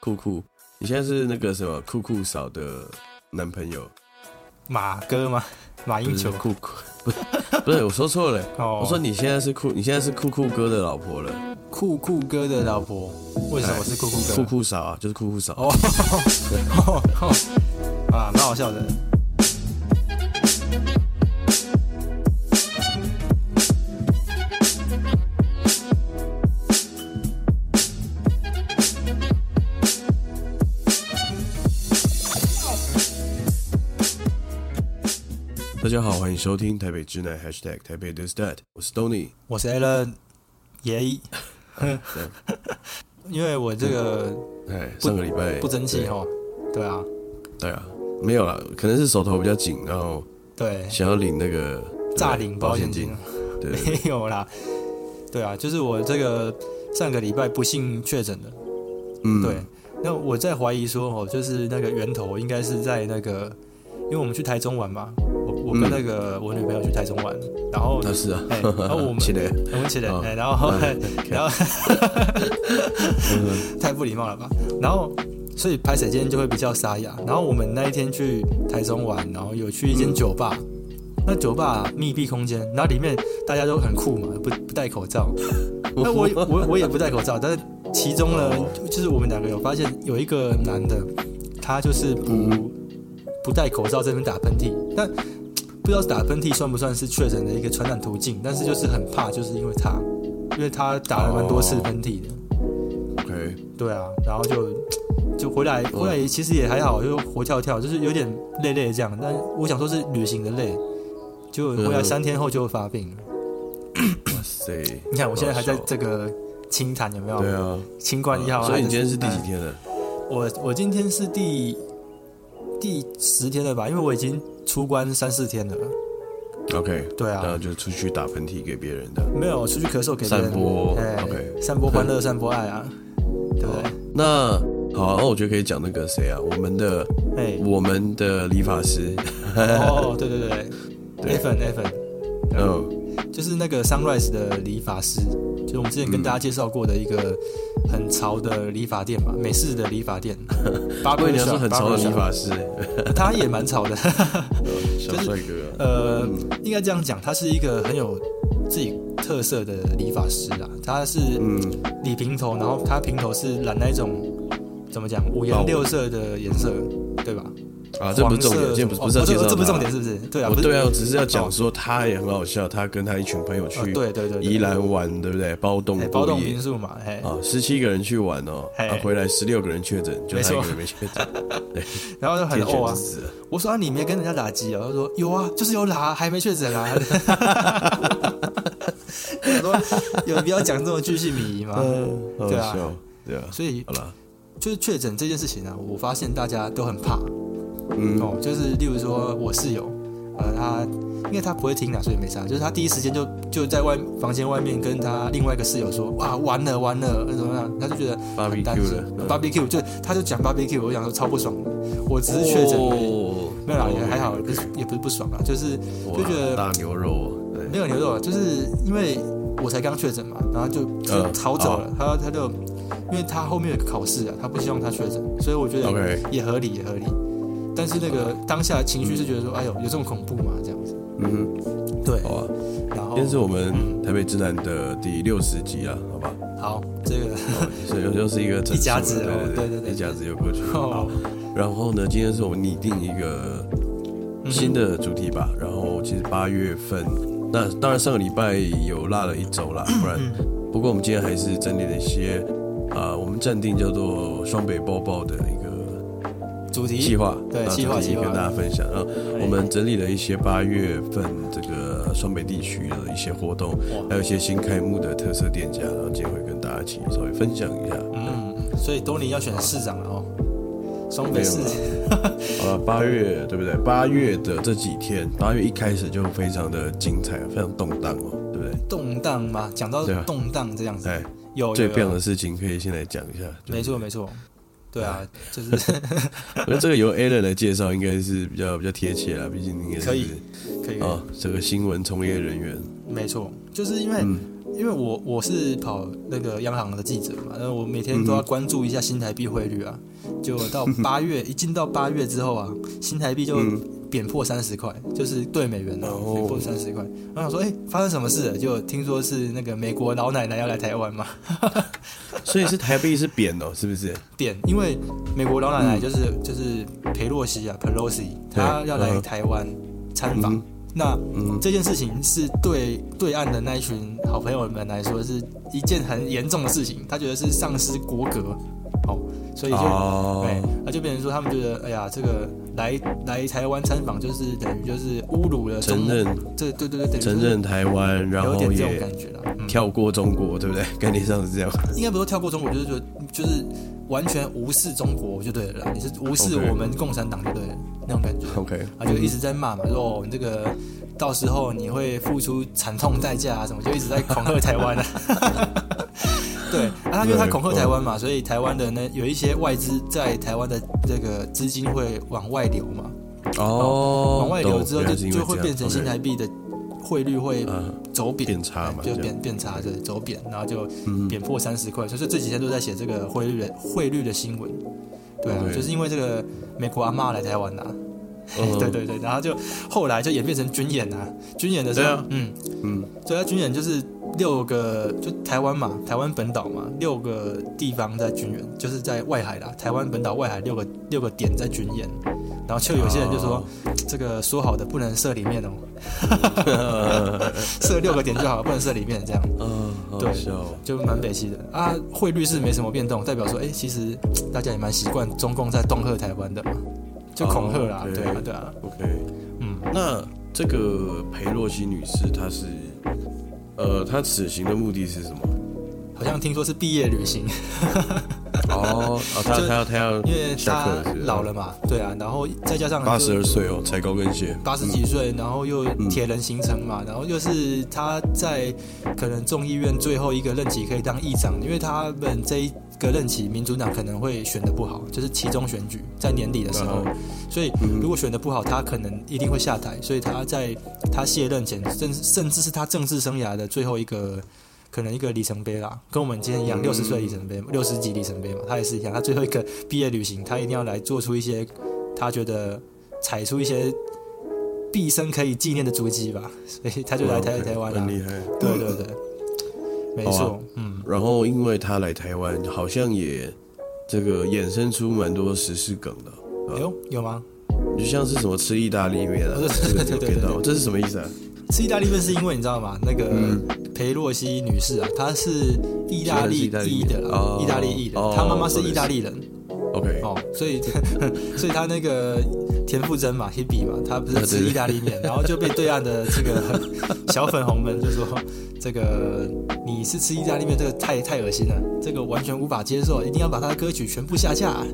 酷酷，你现在是那个什么酷酷嫂的男朋友？马哥吗？马不英是九？酷 酷，不是不是，我说错了。哦我说你现在是酷，你现在是酷酷哥的老婆了，酷酷哥的老婆？为什么是酷酷哥？酷酷嫂啊，就是酷酷嫂。哦，啊，蛮好笑的。大家好，欢迎收听台北直男 #hashtag 台北 this that，我是 Tony。我是 Alan 耶，对因为我这个哎，上个礼拜不争气对哦，对啊，对啊，没有啦，可能是手头比较紧，然后对，想要领那个诈领保险金金。对，对对没有啦，对啊，就是我这个上个礼拜不幸确诊的，嗯， 对，那我在怀疑说哦，就是那个源头应该是在那个，因为我们去台中玩嘛，我我跟嗯那个我女朋友去台中玩，然后那是啊，哎，然后 我们是的我们起来哦，哎，然后嗯然后太不礼貌了吧？然后所以拍水间就会比较沙哑。然后我们那一天去台中玩，然后有去一间酒吧。那酒吧密闭空间，然后里面大家都很酷嘛，不不戴口罩。那哎 我我我也不戴口罩，但是其中呢哦，就就是我们两个有发现有一个男的，他就是不、不戴口罩这边打喷嚏，但不知道打喷嚏算不算是确诊的一个传染途径，但是就是很怕，就是因为他，因为他打了蛮多次喷嚏的， OK，对啊，然后就就回嗯来，回来也其实也还好，就活跳跳，就是有点累累这样，但我想说是旅行的累，就回来嗯三天后就发病了。哇塞，你看我现在还在好笑这个清谈，有没有？对啊，清冠一号、所以你今天是还第在几天了？我我今天是第第十天了吧？因为我已经出关三四天了。 OK，对然后啊，就出去打喷嚏给别人的。没有出去咳嗽给别人散播哎 OK 哦散播 欢乐，散播爱啊，对不对？那好啊、那我觉得可以讲那个谁啊，我们的哎，我们的理发 师，哦，对对对对 e 对 v a n e v a 嗯， n 就是那个 Sunrise 的理发师，就是我们之前跟大家介绍过的一个很潮的理发店嘛，美式的理发店。 啊巴不过你要说很潮的理发师，哎他也蛮潮的。 小帅哥啊，呃，应该这样讲，他是一个很有自己特色的理发师啊。他是嗯，理平头，然后他平头是染那一种怎么讲五颜六色的颜色，对吧？啊，这不是重点，黄色今天不是哦不是要这介绍他这不是重点，，是不是？对啊，我不是对啊，我只是要讲说他也很好笑，他跟他一群朋友呃去对对对，对宜兰玩，对不对？包栋哎过包栋夜民宿嘛，哎， 啊，十七个人去玩哦，嘿啊，回来十六个人确诊，就没他错一个人没确诊，然后就 很天哦选啊之，子啊。我说啊，你没跟人家打鸡啊？他说有啊，就是有打，还没确诊啊。 我想说有必要讲这种句性迷吗？嗯，好对啊笑，对啊，所以好了，就是确诊这件事情啊，我发现大家都很怕。嗯，哦，就是例如说我室友，呃，他因为他不会听啊啦，所以没啥。就是他第一时间就就在外房间外面跟他另外一个室友说，哇，完了完了，那怎么样？他就觉得芭比 Q 很担心了，嗯 barbecue，就他就讲 barbecue，我想说超不爽的，我只是确诊而已，哦没有啦，也还好，不是也不是不爽啦，就是哇就觉得大牛肉哦，对，没有牛肉啊，就是因为我才刚确诊嘛，然后就就嗯逃走了，他他就因为他后面有个考试啊，他不希望他确诊，所以我觉得 OK 也合理也合理。但是那个当下情绪是觉得说，哎呦，有这么恐怖吗？这样子。嗯，对好，啊，然后今天是我们台北之南的第六十集啊，好 吧，好这个哦也是又又是一个整数了一甲子哦对对对对，一甲子又过去哦好，然后呢，今天是我们拟定一个嗯新的主题吧。然后其实八月份，那当然上个礼拜有落了一周啦，嗯不然不过我们今天还是整理了一些啊、我们暂定叫做双北抱抱的一个主题哎计划，对那计划主题计划跟大家分享。然后我们整理了一些八月份这个双北地区的一些活动，还有一些新开幕的特色店家，然后今天会跟大家一起稍微分享一下。嗯，所以多尼要选市长了哦，双北市没有好了，呃八月对不对？八月的这几天，八月一开始就非常的精彩，非常动荡哦，对不对？动荡嘛，讲到对啊动荡这样子，哎，有最哦有棒有，的事情可以先来讲一下。就没是错没错，对啊，哎就是 我觉得这个由 Alan 来介绍应该是比较比较贴切啦，毕竟你也是哦可以可以可以啊、这个新闻从业人员。嗯没错，就是因为、因为我我是跑那个央行的记者嘛，那我每天嗯都要关注一下新台币汇率啊。就 到八月，一进到八月之后啊，新台币就嗯贬破三十块，就是对美元啊，哦贬破三十块。我想说，哎、发生什么事了？就听说是那个美国老奶奶要来台湾嘛，所以是台币是贬哦，是不是？贬，因为美国老奶嗯奶就是、就是裴洛西啊，Pelosi，她要来嗯台湾参访。嗯那嗯这件事情是对对岸的那一群好朋友们来说是一件很严重的事情，他觉得是丧失国格，哦，所以就、对哦，，那就变成说他们觉得，哎呀，这个来来台湾参访就是等于就是侮辱了中承国，认这对对对，等于承认台湾，然有点后这种也感觉了，嗯、跳过中国，对不对？概念上是这样。应该不是说跳过中国，就是就就是完全无视中国就对了啦，你是无视 OK 我们共产党就对了那种感觉。 OK，啊，就一直在骂嘛，说哦，你这个到时候你会付出惨痛代价啊什么，就一直在恐吓台湾啊。 对，啊，他因为他恐吓台湾嘛，所以台湾的呢有一些外资在台湾的这个资金会往外流嘛，哦，往外流之后懂原就来是因为就会这样变成新 OK 台币的汇率会啊走贬，变差嘛，这就样嗯变变差，对，走贬，然后就贬破三十块，所以这几天都在写这个汇率的汇率的新闻。对啊， OK 就是因为这个美国阿嬷来台湾啦、嗯 对对对，然后就后来就演变成军演啊，军演的时候，对啊嗯，嗯所以他军演就是六个，就台湾嘛，台湾本岛嘛，六个地方在军演，就是在外海啦，台湾本岛外海六个六个点在军演，然后就有些人就哦说，这个说好的不能射里面哦， 射六个点就好，不能射里面这样。嗯，对好笑哦就蛮北西的啊，汇率是没什么变动，代表说，哎、其实嘖大家也蛮习惯中共在恫吓台湾的嘛，就恐吓啦哦，对对啊，对啊， OK，嗯，那这个裴洛西女士她是，呃，她此行的目的是什么？好像听说是毕业旅行，哦，啊，她就她要她要因为下他课是不是老了嘛，对啊，然后再加上八十二岁哦，踩高跟鞋，八十几岁，然后又铁人行程嘛，然后又是他在可能众议院最后一个任期可以当议长，因为他们这一个任期民主党可能会选的不好，就是其中选举在年底的时候嗯，所以如果选的不好，他可能一定会下台，所以他在他卸任前，甚甚至是他政治生涯的最后一个。可能一个里程碑啦，跟我们今天一样，六十岁里程碑，六十几里程碑嘛，他也是一样，他最后一个毕业旅行，他一定要来做出一些他觉得踩出一些毕生可以纪念的足迹吧， 所以他就来台哦 OK，台湾了、很厉害。对对对，没好错，啊嗯，然后因为她来台湾，好像也这个衍生出蛮多时事梗的。哎呦，有吗？就像是什么吃意大利 面啊，对这个你有对对对看到这是什么意思啊？吃意大利面是因为你知道吗？那个嗯裴洛西女士啊，她是意大利所以她是裔意大利的啦哦意大利裔的，哦她妈妈是意大利人 OK，哦，所以 所以她那个田馥甄嘛，Hebe 嘛，她不啊是对吃对意大利面，然后就被对岸的这个小粉红们就说这个你是吃意大利面，这个太太恶心了，这个完全无法接受，一定要把她的歌曲全部下架、啊，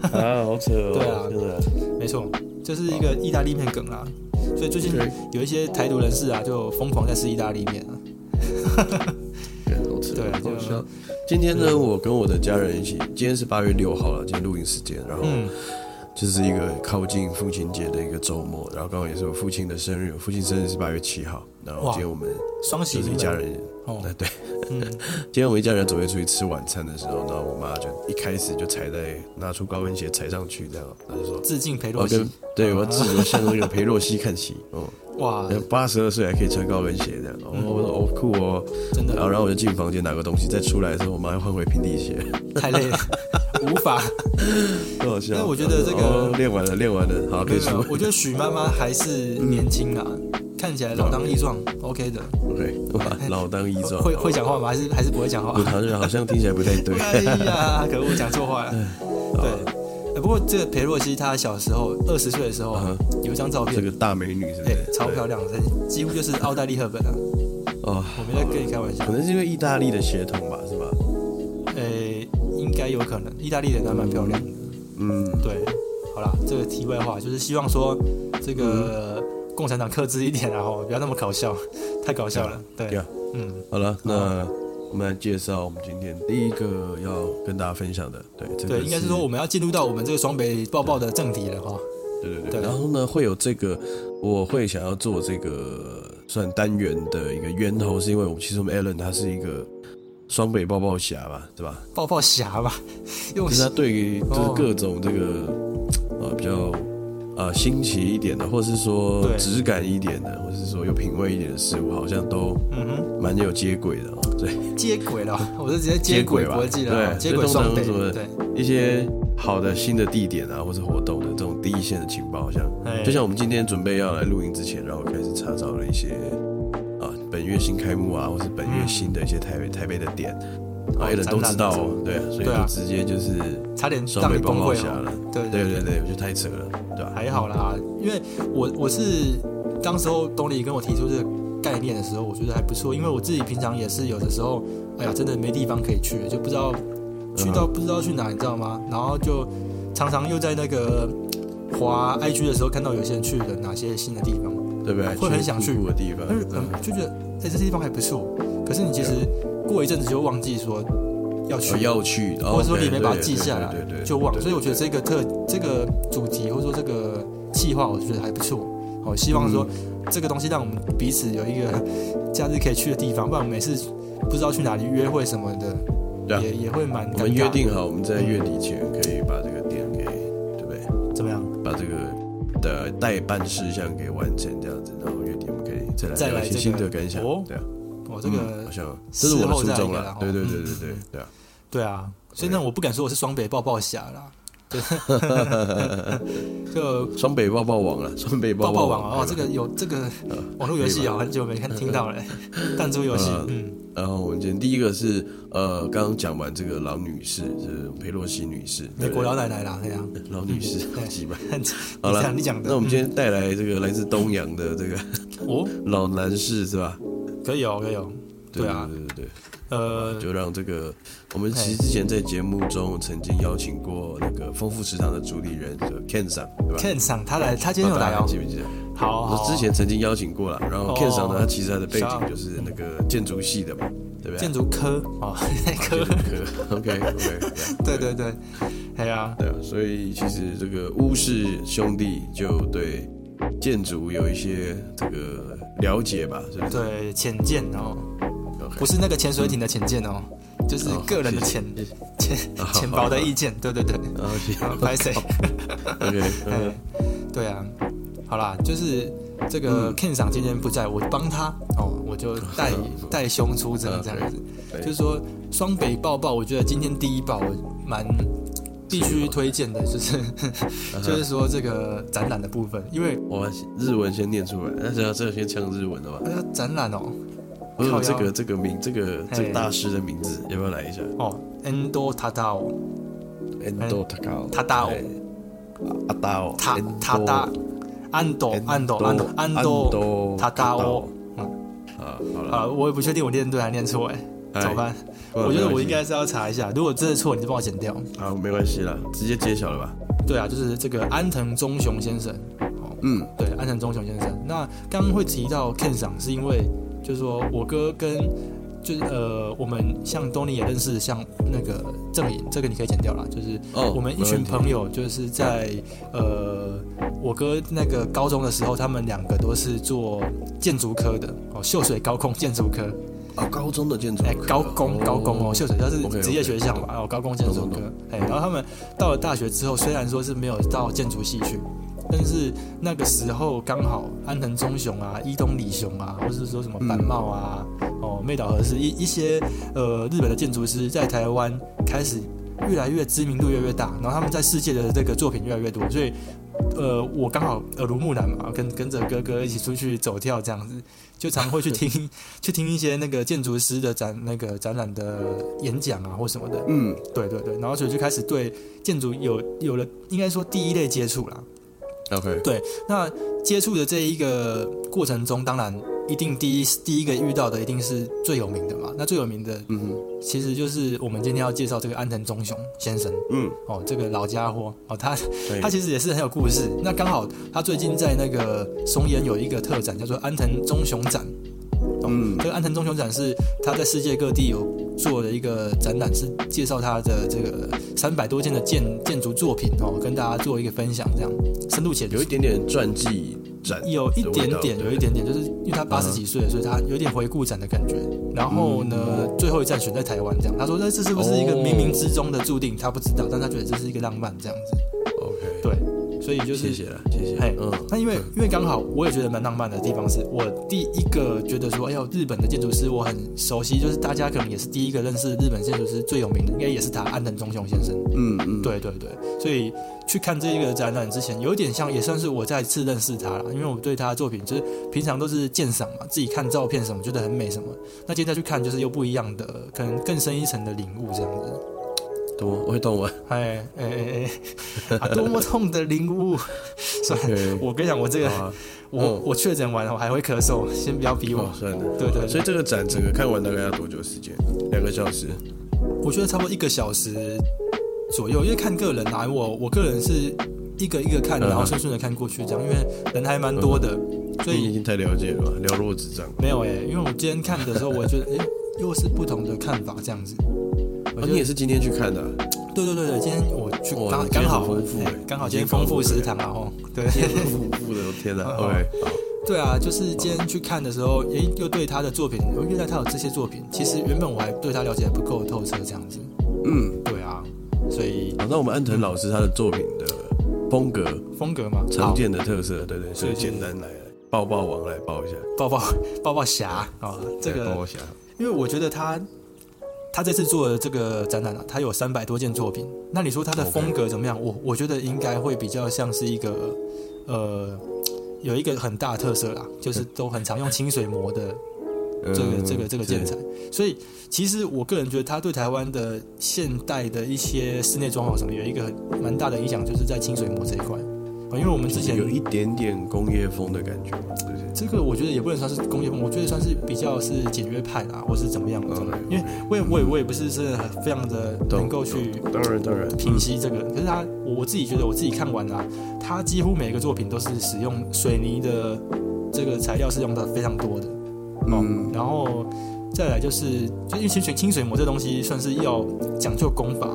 好扯哦对啊真的。没错，就是一个意大利面梗啦。所以最近对有一些台独人士啊，就疯狂在吃意大利面啊。好吃，对就好笑。今天呢，我跟我的家人一起，今天是八月六号了，今天录影时间，然后嗯，就是一个靠近父亲节的一个周末，然后刚好也是我父亲的生日，我父亲生日是八月七号，然后哇今天我们双喜就是一临门家人，哦，哎对，嗯， 今天我们一家人准备出去吃晚餐的时候，然后我妈就一开始就踩在拿出高跟鞋踩上去，这样，她就说。致敬裴我洛西跟。对我自己就向那个裴洛西看齐， 哦，哇，八十二岁还可以穿高跟鞋这样，哦，我说哦酷哦，真然后的然后我就进房间拿个东西，再出来的时候，我妈又换回平底鞋，太累 了，无法。很好笑。但我觉得这个哦练完了，练完了，好，可没以有没出 有，。我觉得许妈妈还是年轻啊，看起来老当益壮，OK 的。 OK，哇，老当益壮。哎会会讲话吗？还是还是不会讲话我？好像好像听起来不太对。 哎呀，可恶，讲错话了。对。哎不过这个裴洛西，她小时候二十岁的时候啊，有一张照片嗯这，个大美女是不哎、是？超漂亮的，几乎就是奥黛丽·赫本啊！对哦，我没在跟你开玩笑可，能是因为意大利的血统吧，是吧？呃、应该有可能，意大利人还蛮漂亮的。嗯，对，好啦，这个题外话就是希望说这嗯个共产党克制一点啊，然后不要那么搞笑，太搞笑了。对对啊，嗯，好了，那我们来介绍我们今天第一个要跟大家分享的，对，这个对，应该是说我们要进入到我们这个双北抱抱的正题了哈。对对对对，然后呢会有这个，我会想要做这个算单元的一个源头，是因为我们其实我们 Alan 他是一个双北抱抱侠吧，对吧？抱抱侠吧， 用就是他对于哦就是哦各种这个呃比较呃新奇一点的，或是说对质感一点的，或是说有品味一点的事物，好像都嗯哼蛮有接轨的、哦。对，接轨了，我是直接接轨轨吧国际了，对接轨这通常双北，是说对，一些好的新的地点啊，或是活动的这种第一线的情报，好像哎就像我们今天准备要来录音之前，然后开始查找了一些啊本月新开幕啊，或是本月嗯新的一些台北、台北的点，哦啊，有人都知道展览哦，对啊，所以对啊就直接就是差点双让北你抱崩抱溃侠哦了。对对对对，我觉得太扯了，对啊吧、还好啦，因为我我是当时候东尼跟我提出这个概念的时候，我觉得还不错，因为我自己平常也是有的时候，哎呀，真的没地方可以去，就不知道去到不知道去哪，你知道吗？然后就常常又在那个呃滑 IG 的时候看到有些人去了哪些新的地方，对不对？会很想去酷酷的地方啊但是，嗯，就觉得哎、这些地方还不错，可是你其实过一阵子就忘记说要去有，哦要去，或或者说你没把它记下来，对对对，就忘了。所以我觉得得这个特这个主题或者说这个计划，我觉得还不错。好，希望说嗯这个东西让我们彼此有一个假日可以去的地方，不然我们每次不知道去哪里约会什么的，对啊也也会蛮我尴们尬约定好，我们在月底前可以把这个点给，对不对？怎么样？把这个的代办事项给完成，这样子，然后月底我们可以再来再来聊一些这个心得感想。哦对啊，我这个、嗯好像这是我的初事后再衷聊啦啦。对对哦对对嗯对对啊，对啊，所以那我不敢说我是双北抱抱侠啦，对， 就双北抱抱网了， 双北抱抱抱网啊网哦，这对吧个有这个呃网络游戏啊，很久没看听到了，弹珠游戏，呃嗯，然后我们今天第一个是呃，刚刚讲完这个老女士，就是佩洛西女士，美国老老奶奶啦， 对啊，老女士嗯，对几百。好你了讲你讲的，那我们今天带来这个来自东洋的这个嗯哦，老男士是吧？可以哦，可以哦，对啊对对对呃对，，就让这个我们其实之前在节目中曾经邀请过那个丰富食堂的主理人这个 Ken 桑，对吧 Ken 上他来，他今不知道天有大来家哦还，记不记得？好，好我之前曾经邀请过了，然后哦 Ken 桑呢，他其实他的背是啊景就是那个建筑系的嘛，对不对？ 建筑科哦， 科，科，OK OK，对对对，哎呀，对啊，所以其实这个巫氏兄弟就对建筑有一些这个了解吧，是不是对，浅见哦， ？OK？不是那个潜水艇的浅见哦，就是哦个人的谢谢浅谢谢浅浅薄的意见，对对对，然后谢谢啊， 拍谁？ OK，哎 嗯，对啊，好啦，就是这嗯个 Ken 赏今天不在，我帮他哦，我就代代兄出征这样子。对哎就是说双北抱抱，我觉得今天第一抱我蛮必须推荐的，就是嗯 就是说这个展览的部分，因为我把日文先念出来，但是要这个先呛日文的吧？哎呀展览哦不是靠腰这个这个名，这个这嘿个大师的名字要不要来一下哦，Endo Tadao 哎？Endo Takao， Tadao 阿达哦，他哎 Endo- 他大安斗安斗安斗安斗 Endo Tadao Takao 啊，好了，啊，我也不确定我念对还是念错哎，哎怎么办？不然我觉得没关系我应该是要查一下，如果真的错，你就帮我剪掉。好，没关系啦，直接揭晓了吧？对啊，就是这个安藤忠雄先生，哦，嗯，对，安藤忠雄先生。那刚刚会提到 Ken 赏，是因为就是说我哥跟就是呃，我们像 d o n y 也认识，像那个郑颖，这个你可以剪掉啦。就是哦，我们一没问群题朋友，就是在呃，我哥那个高中的时候，他们两个都是做建筑科的，哦，秀水高工建筑科，哦，高中的建筑哎，课高工高工哦，秀水它是 OK，OK 职业学校嘛，哦，高工建筑懂科懂，哎，然后他们到了大学之后，虽然说是没有到建筑系去，但是那个时候刚好安藤忠雄啊、伊东理雄啊，或是说什么嗯板茂啊、哦妹岛和世一一些呃日本的建筑师在台湾开始越来越知名度越来越大，然后他们在世界的这个作品越来越多，所以呃，我刚好耳濡目染嘛，跟跟着哥哥一起出去走跳这样子，就常会去听去听一些那个建筑师的展那个展览的演讲啊或什么的，嗯，对对对，然后所以就开始对建筑有有了应该说第一类接触啦。 ，OK，那接触的这一个过程中，当然一定第一第一个遇到的一定是最有名的嘛，那最有名的嗯哼其实就是我们今天要介绍这个安藤忠雄先生嗯，哦，这个老家伙哦，他对他其实也是很有故事。那刚好他最近在那个松烟有一个特展，叫做安藤忠雄展。嗯这个安藤忠雄展是他在世界各地有做的一个展览，是介绍他的这个三百多件的建建筑作品哦，跟大家做一个分享，这样深度浅出有一。点点传记展的味道，有一点点，对有一点点，就是因为他八十几岁了，所以他有点回顾展的感觉。然后呢，嗯最后一站选在台湾这样。他说：“那这是不是一个哦冥冥之中的注定？”他不知道，但他觉得这是一个浪漫这样子。 OK，对，所以就是谢谢了，谢谢嘿，，嗯，那因为因为刚好我也觉得蛮浪漫的地方是，我第一个觉得说，哎呦，日本的建筑师我很熟悉，就是大家可能也是第一个认识日本建筑师最有名的，应该也是他安藤忠雄先生。嗯嗯，对对对，所以去看这个展览之前，有点像也算是我再次认识他了，因为我对他的作品就是平常都是鉴赏嘛，自己看照片什么觉得很美什么，那今天再去看就是又不一样的，可能更深一层的领悟这样子。懂吗？我会 懂啊。哎哎哎哎， 啊，多么痛的领悟！ 算了， OK，我跟你讲，我这个好啊，我我确诊完我还会咳嗽，先不要逼我哦，。算了，对对所以这个展整个看完大概要多久时间？两个小时。我觉得差不多一个小时左右，因为看个人啦、我我个人是一个一个看，嗯然后顺顺的看过去这样，因为人还蛮多的，所你已以经太了解了吧？了若指掌。没有哎、因为我今天看的时候，我觉得哎、又是不同的看法这样子。我哦，觉你得也是今天去看的啊？ 对对对对，今天我去哇刚你今刚天好很丰富哎哎刚好你今今天天丰丰富富食堂啊 哦，对。丰富的，天哪嗯好！OK，好对啊，就是今天去看的时候，诶，又对他的作品，我原来他有这些作品，其实原本我还对他了解得不够透彻，这样子。嗯，对啊，所以好，那我们安藤老师他的作品的风格、风格嘛，常见的特色，对对，所以对对简单来抱抱王来抱一下，好抱抱抱抱侠啊、这来个抱，一下，因为我觉得他他这次做的这个展览啊，他有三百多件作品，那你说他的 OK 风格怎么样我我觉得应该会比较像是一个呃。有一个很大的特色啦，就是都很常用清水磨的嗯这个这个这个建是材。所以其实我个人觉得，他对台湾的现代的一些室内装潢什么有一个很蛮大的影响，就是在清水模这一块。啊因为我们之前有一点点工业风的感觉，对不对？这个，我觉得也不能算是工业风，我觉得算是比较是简约派啦，或是怎么样的 OK，OK。嗯因为我也我也我也不是真的非常的哦懂能够去懂当然当然，平息这个，可是他我我自己觉得我自己看完啦、他几乎每一个作品都是使用水泥的这个材料是用的非常多的。嗯，嗯然后再来就是，就因为清水清水模这东西算是要讲究功法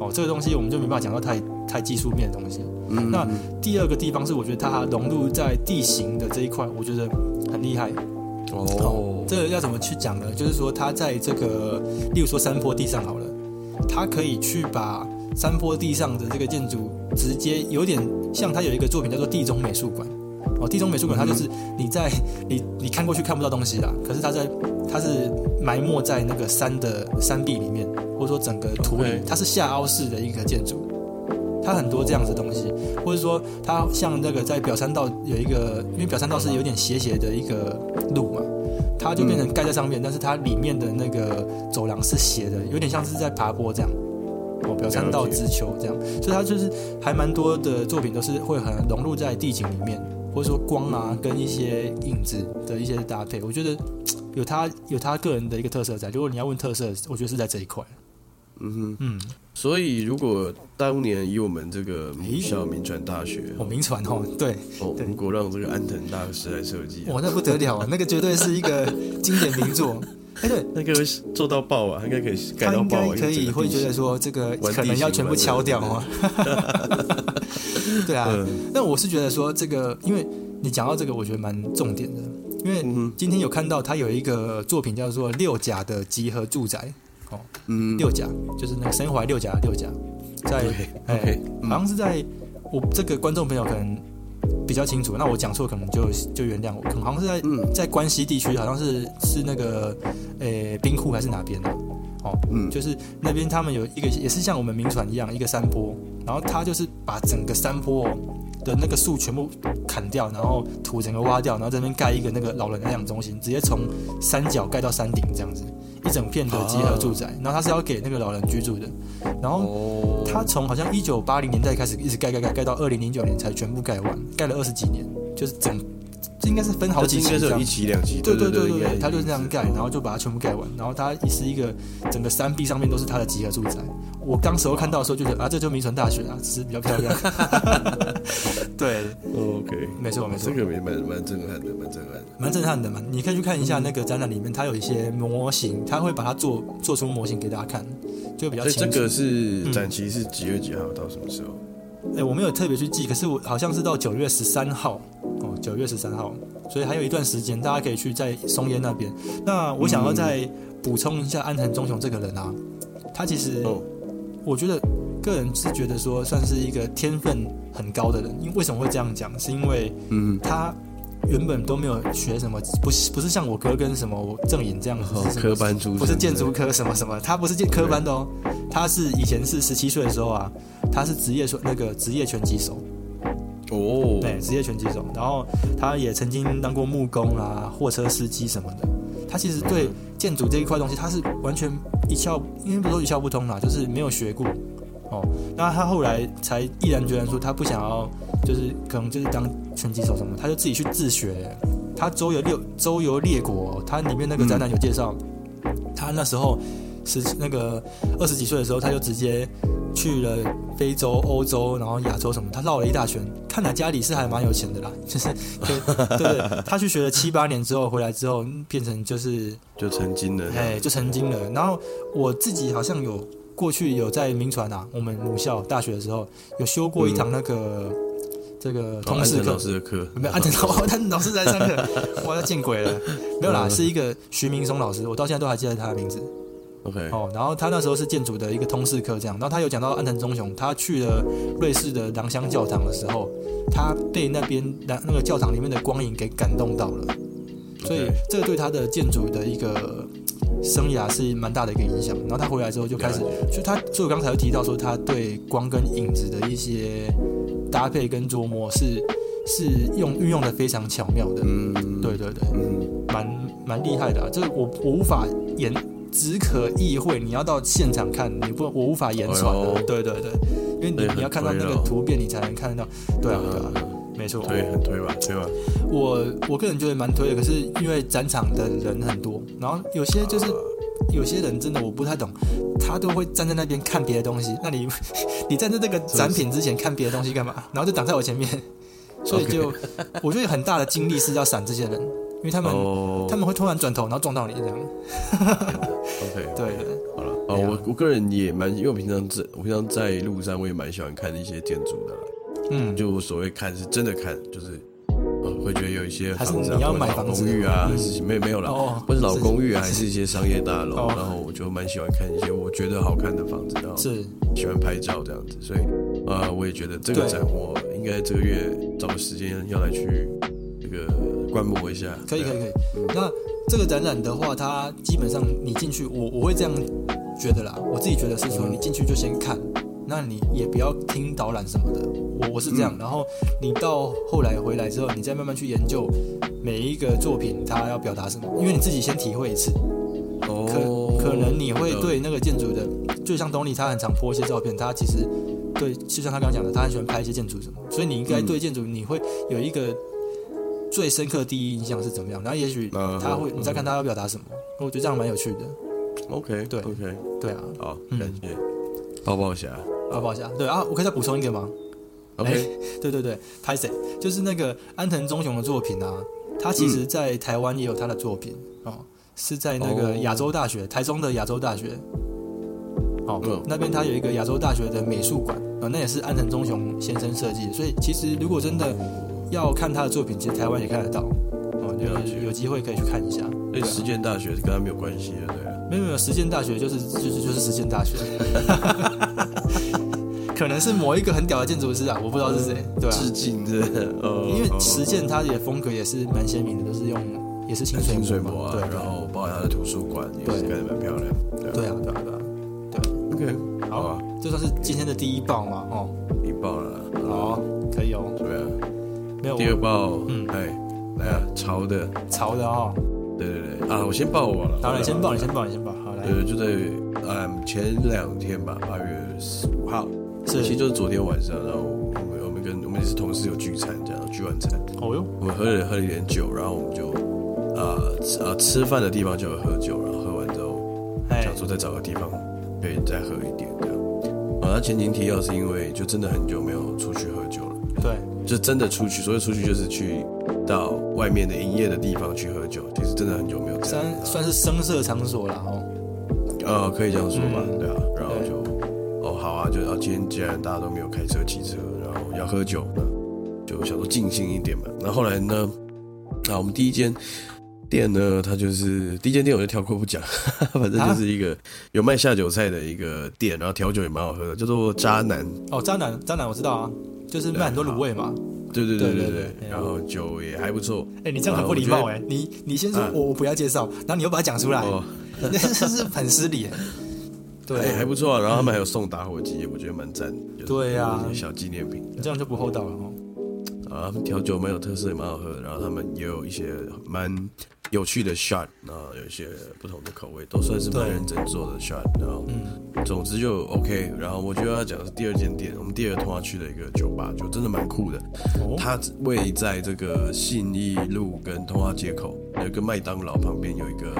哦，这个东西我们就没办法讲到太太技术面的东西。嗯那第二个地方是，我觉得它融入在地形的这一块，我觉得很厉害。哦，这个要怎么去讲呢？就是说，它在这个，例如说山坡地上好了，它可以去把山坡地上的这个建筑直接有点像它有一个作品叫做地中美术馆。哦，地中美术馆它就是你在你你看过去看不到东西啦，可是它在它是埋没在那个山的山壁里面，或者说整个土里 OK 它是下凹式的一个建筑，它很多这样子的东西，或者说它像那个在表参道有一个，因为表参道是有点斜斜的一个路嘛，它就变成盖在上面，但是它里面的那个走廊是斜的，有点像是在爬坡这样。哦，表参道了解之丘这样，所以它就是还蛮多的作品都是会很融入在地景里面，或者说光啊跟一些影子的一些搭配，我觉得有他有他个人的一个特色在。如果你要问特色，我觉得是在这一块。嗯哼，嗯，所以如果当年以我们这个母校民传大学，我名传哦，对，哦，对如果让这个安藤大师来设计，哇，那不得了啊，那个绝对是一个经典名 作。哎，对，那个做到爆啊，应该可以改他到应爆该啊，可以会觉得说这个可能要全部敲掉哦。 对啊，那我是觉得说这个，因为你讲到这个，我觉得蛮重点的，因为嗯今天有看到他有一个作品叫做《六甲的集合住宅》哦，嗯六甲就是那个身怀六甲的六甲，在对哎、 OK，嗯好像是在我这个观众朋友可能比较清楚，那我讲错可能就就原谅我，可能好像是在、嗯在关西地区，好像是是那个诶、冰库还是哪边的、哦，嗯就是那边他们有一个也是像我们民传一样一个山坡，然后他就是把整个山坡哦的那个树全部砍掉，然后土整个挖掉，然后这边盖一个那个老人安养中心，直接从山脚盖到山顶这样子，一整片的集合住宅，啊然后他是要给那个老人居住的，然后哦，他从好像一九八零年代开始一直盖盖盖盖到二零零九年才全部盖完，盖了二十几年，就是整这应该是分好几应期该是这有样一。期两期，对对对对应对，该他就是这样盖，然后就把它全部盖完，然后它是一个整个山壁上面都是他的集合住宅。我当时候看到的时候就觉得啊，这就名传大学啊，只是比较漂亮。 对，哦 OK，没错没错这，个也蛮蛮震撼的，蛮震撼的。蛮震撼的嘛。你可以去看一下那个展览里面，它有一些模型，它会把它做做出模型给大家看，就会比较所以这清楚。个是展期是几月几号到什么时候？哎、我没有特别去记，可是我好像是到九月十三号哦，九月十三号，所以还有一段时间，大家可以去在松烟那边。那我嗯想要再补充一下安藤忠雄这个人啊，他其实哦，我觉得个人是觉得说算是一个天分很高的人，因为为什么会这样讲，是因为嗯，他原本都没有学什么，不是不是像我哥跟什么我郑颖这样子好，是什么哦科班出身，哦不是建筑科什么什么，他不是建科班的哦，他是以前是十七岁的时候啊，他是职业说那个职业拳击手，哦，对，职业拳击手，然后他也曾经当过木工啊、货车司机什么的，他其实对建筑这一块东西他是完全一窍，因为不是说一窍不通啦，就是没有学过。哦，那他后来才毅然决然说他不想要，就是可能就是当拳击手什么，他就自己去自学。他周游六周游列国、他里面那个展览有介绍，他那时候十那个二十几岁的时候，他就直接去了非洲、欧洲，然后亚洲什么，他绕了一大圈。看来家里是还蛮有钱的啦，就是对对对，他去学了七八年之后，回来之后嗯变成就是就成精了，哎，就成精了。然后我自己好像有过去有在民传啊，我们母校大学的时候有修过一堂那个、这个嗯哦通安识藤课老，师的课，没有安藤老安藤老师在上课，我要见鬼了，没有啦，嗯是一个徐明松老师，我到现在都还记得他的名字。 ，OK，哦，然后他那时候是建筑的一个通识课这样，然后他有讲到安藤忠雄，他去了瑞士的狼香教堂的时候，他被那边那那个教堂里面的光影给感动到了，所以 OK 这个对他的建筑的一个呃生涯是蛮大的一个影响。然后他回来之后就开始了，就他，所以我刚才有提到说他对光跟影子的一些搭配跟琢磨是是用运用的非常巧妙的，嗯，对，对对。嗯，蛮蛮厉害的、啊，这我我无法言，只可意会。你要到现场看，你不我无法言传的。哎呦对对对，因为对你很你要看到那推个了图片，你才能看得到。对啊对啊，嗯没错。推很推吧，推吧，我我个人觉得蛮推的，可是因为展场的人很多，然后有些就是啊有些人真的我不太懂，他都会站在那边看别的东西。那你 你站在这个展品之前看别的东西干嘛？然后就挡在我前面，所以就我觉得很大的精力是要闪这些人，因为他们。哦，他们会突然转头，然后撞到你这样。 OK，对的，好了，哦，对啊我我个人也蛮，因为我平常在我平常在路上，我也蛮喜欢看一些建筑的啦。嗯，就我所谓看是真的看，就是呃会觉得有一些还是房子、啊，你要或者买老房子公寓啊，嗯还是没有没有啦，哦，或者老公寓啊，还是一些商业大楼，哦然后我就蛮喜欢看一些我觉得好看的房子，然后是喜欢拍照这样子，所以呃我也觉得这对个展我应该这个月找个时间要来去这个观摩一下，可以可以对啊可以。那这个展览的话，它基本上你进去，我我会这样觉得啦，我自己觉得是说，嗯你进去就先看，那你也不要听导览什么的，我我是这样。然后你到后来回来之后，你再慢慢去研究每一个作品它要表达什么，因为你自己先体会一次，哦可，可能你会了对那个建筑的，就像东尼他很常拍一些照片，他其实对，就像他刚刚讲的，他很喜欢拍一些建筑什么，所以你应该嗯对建筑你会有一个最深刻的第一印象是怎么样，然后也许嗯他会，嗯你再看他要表达什么，我觉得这样蛮有趣的， OK 对 OK 对啊，好，嗯感谢抱抱侠好不好？下对啊，我可以再补充一个吗？哎 OK 对对对，拍谁？就是那个安藤忠雄的作品啊，他其实在台湾也有他的作品、哦，是在那个嗯哦亚洲大学，台中的亚洲大学。哦，嗯那边他有一个亚洲大学的美术馆，啊、那也是安藤忠雄先生设计的，所以其实如果真的要看他的作品，其实台湾也看得到，哦，了有解有机会可以去看一下。所以哎实践大学跟他没有关系的，对啊了。没有没有，实践大学就是就是就是实践 大学，可能是某一个很屌的建筑师啊，我不知道是谁，对啊，致敬的， 呃，因为哦实践它也风格也是蛮鲜明的，都是用也是清水模清水嘛模啊对，然后包含它的图书馆也是对盖得蛮漂亮。对对啊对啊对啊， ，OK，好好啊，，这算是今天的第一报嘛，哦，一爆了啦，好，可以哦，对啊，没有第二爆，嗯哎，来啊，潮的，潮的哦，对对对，啊，我先爆我了，当然好先了报你先报你先报，好来，呃，就在嗯前两天吧，八月十五号，其实是，就是昨天晚上，然后我们我们跟我们也是同事有聚餐，这样聚完餐，哦哟，我们喝了喝了一点酒，然后我们就呃吃呃吃饭的地方就有喝酒，然后喝完之后哎想，说再找个地方可以再喝一点这样。啊，那前情提要是因为就真的很久没有出去喝酒了，对，就真的出去，所以出去就是去到外面的营业的地方去喝酒，其实真的很久没有这样子算算是声色场所了哦，啊，呃，可以这样说吧，嗯对啊，然后就哦好啊，就然后今天既然大家都没有开车、骑车，然后要喝酒，那就想说尽兴一点嘛。那后来呢，啊，我们第一间店呢，它就是第一间店，我就跳过不讲， 反正就是一个有卖下酒菜的一个店，然后调酒也蛮好喝的，叫做渣男。哦，渣男，渣男我知道啊，就是卖很多卤味嘛。对啊对对对对对对对，然后酒也还不错。哎、你这样很不礼貌哎、你你先说啊我我不要介绍，然后你又把它讲出来，哦，那这是很失礼哎、对哎，啊， 还不错啊。然后他们还有送打火机，我觉得蛮赞的。就是对啊一些小纪念品。你这样就不厚道了哦。啊，他们调酒蛮有特色，也蛮好喝的。然后他们也有一些蛮有趣的 shot，然后有一些不同的口味，都算是蛮对嗯认真做的 shot。然后，总之就 OK。然后我觉得要讲的是第二间店，我们第二个通话区的一个酒吧，就真的蛮酷的。哦它位在这个信义路跟通化街口，有一个麦当劳旁边有一个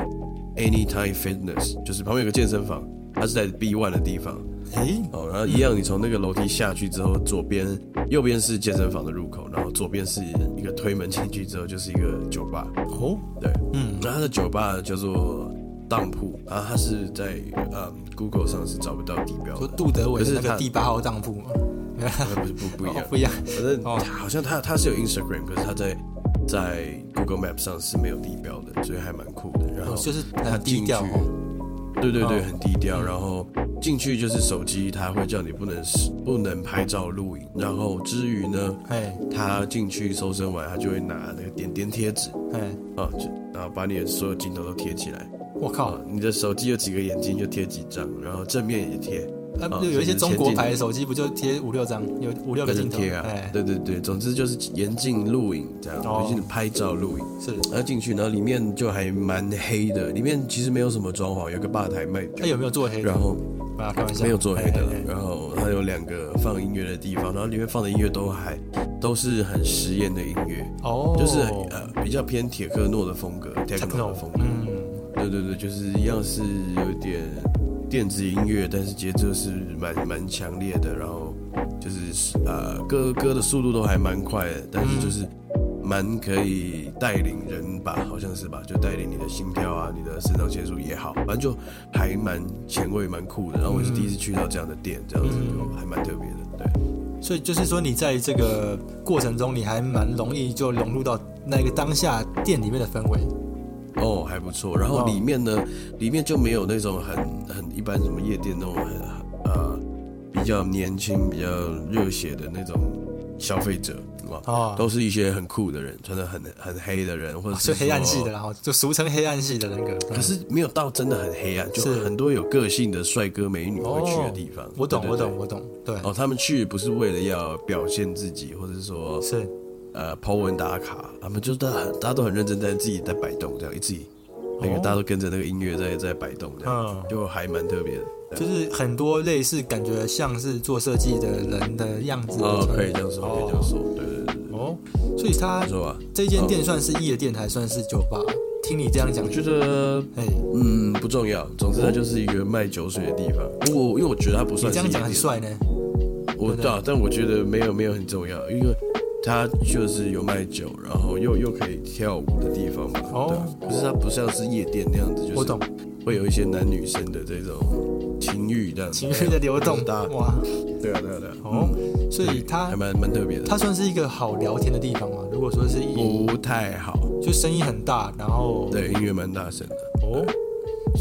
Anytime Fitness，就是旁边有个健身房，它是在 B one 的地方。哎、哦，然后一样，你从那个楼梯下去之后，左边、右边是健身房的入口，然后左边是一个推门进去之后就是一个酒吧，哦，对，嗯，那它的酒吧叫做当铺，然后它是在呃 Google 上是找不到地标 说的，哦杜德伟可的是那他个第八号当铺嘛，呃不是不不一样 哦，不一样，反正哦好像它它是有 Instagram，可是它在在 Google Map 上是没有地标的，所以还蛮酷的。然后哦就是它很哦低进去调哦，对对对，哦很低调。然后进去就是手机，它会叫你不能不能拍照录影。然后之余呢，哎他进去搜身完，他就会拿那个点点贴纸哎，啊，就然后把你的所有镜头都贴起来我靠啊，，你的手机有几个眼睛就贴几张，然后正面也贴，啊，啊有一些就是中前国进牌的手机不就贴五六张，有五六各个种镜头，贴啊哎，，对对对，总之就是严禁录影这样，哦严禁拍照录影。是，然后进去，然后里面就还蛮黑的，里面其实没有什么装潢，有个吧台卖他酒，哎有没有做黑的？然后啊，开玩笑，没有做黑的哎了哎哎。然后它有两个放音乐的地方，然后里面放的音乐都还都是很实验的音乐，哦，就是呃比较偏铁克诺的风格，techno 的风格。嗯，对对对，就是一样是有点电子音乐，但是节奏是蛮蛮强烈的，然后就是呃歌歌的速度都还蛮快的，但是就是蛮可以带领人吧，好像是吧？就带领你的心跳啊，你的肾上腺素也好，反正就还蛮前卫、蛮酷的。然后我也是第一次去到这样的店，这样子就还蛮特别的。对，所以就是说，你在这个过程中，你还蛮容易就融入到那个当下店里面的氛围。哦，还不错。然后里面呢，里面就没有那种很很一般什么夜店那种很呃比较年轻、比较热血的那种消费者，哇，哦都是一些很酷的人，穿的很很黑的人，或者是哦啊所以黑暗系说的啦，然后就俗称黑暗系的那个。可是没有到真的很黑啊暗，就是很多有个性的帅哥美女嗯会去的地方。哦我懂，对我。对懂，对我懂，对，哦，他们去不是为了要表现自己，或者是说是呃 Po 文打卡，他们就大大家都很认真在自己在摆动，这样一自己那个哦大家都跟着那个音乐在在摆动，这样、嗯就还蛮特别的。对就是很多类似感觉像是做设计的人的样子。哦，可以这样说，哦可以这样说，对对对对，哦，所以他没错啊吧？这间哦店算是夜店还算是酒吧？听你这样讲我，觉得哎，嗯不重要，总之它就是一个卖酒水的地方。我因为我觉得它不你算这是样讲夜很店帅呢。我知道，但我觉得没有没有很重要，因为它就是有卖酒，然后又又可以跳舞的地方吧。哦对啊，可是它不像是夜店那样子，就是我懂，会有一些男女生的这种情欲这样子，情绪的流动大，哇，对啊对啊对啊，哦，所以还它蛮蛮特别的。它算是一个好聊天的地方嘛。如果说是以不太好，就声音很大，然后嗯对，音乐蛮大声的，哦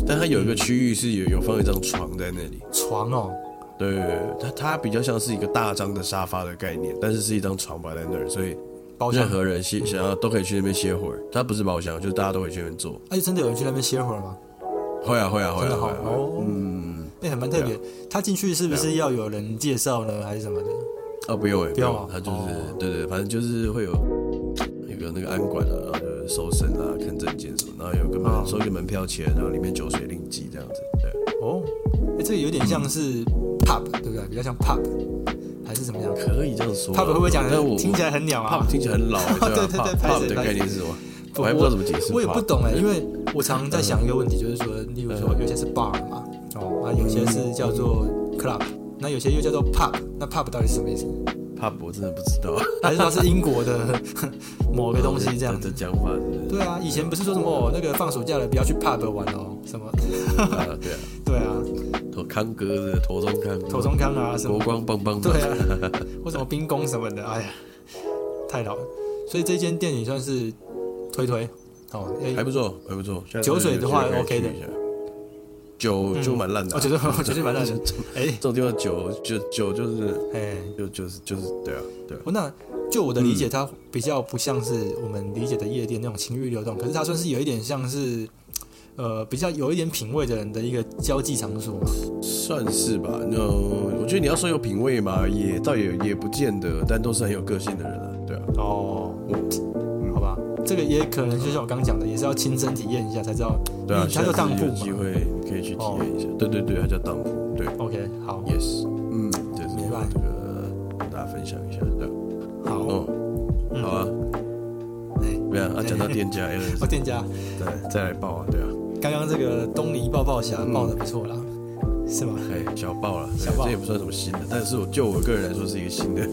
但它有一个区域是有有放一张床在那里，床哦，对对对，它它比较像是一个大张的沙发的概念，但是是一张床摆在那儿，所以包厢任何人想想要都可以去那边歇会儿，它不是包厢，就是大家都可以去那边坐。而且哎真的有人去那边歇会儿吗？会啊会啊会真啊的好会啊！会啊哦，嗯，那还蛮特别。他进去是不是要有人介绍呢，还是什么的？啊不用哎，不用啊他就是哦对对，反正就是会有那个那个安管啊，然后就是搜身啊、看证件什么，然后有个门哦收一个门票钱，然后里面酒水另计这样子。对，哦，哎，这个有点像是 pub，对不对？比较像 pub，还是怎么样可以这样说啊。 ？pub 会不会讲但我听起来很鸟啊 pub？听起来很老，对对吧？pub 对对拍 pub 谁的拍概谁念是什么？不我还不知道怎么解释。我也不 pub 嗯懂哎，因为我常常在想一个问题，就是说，例如说有些是 bar 嘛，哦，啊，有些是叫做 club，那有些又叫做 pub，那 pub 到底是什么意思？ pub 我真的不知道，还是它是英国的 某个东西这样的子。讲法是不是对啊，以前不是说什么哦，那个放暑假了不要去 pub 玩哦，什么？啊，对啊，对啊，头康哥的头中康，头中康啊什国么？光棒棒 对糖， 啊，或什么冰宫什么的，哎呀，太老了。所以这间店也算是推推哦，哎还不错，还不错。下次酒水的话有机会可以 OK 的哦去一下，酒就蛮烂的啊嗯我，觉得 我觉得蛮 烂的。哎这种地方酒就酒就是哎，就就是就是对啊对啊，我那就我的理解，嗯它比较不像是我们理解的夜店那种情欲流动，可是它算是有一点像是。呃，比较有一点品味的人的一个交际场所嘛，算是吧。那我觉得你要说有品味嘛，也倒也也不见得，但都是很有个性的人啊，对啊。哦，好吧，这个也可能就像我刚讲的，也是要亲身体验一下才知道。对啊，因为嗯它叫当下铺次有机嘛。会你可以去体验一下。对啊对对，它叫当铺，对 OK，好， ，yes，嗯，这是明白我这个跟大家分享一下，对啊，好，哦，嗯好啊，哎怎么样？啊，讲到店 家，哎哦，店家，再再来报啊，对啊，刚刚这个东尼抱抱侠抱的不错啦，是吧？哎，小报了，对小爆这也不算什么新的，但是我就我个人来说是一个新的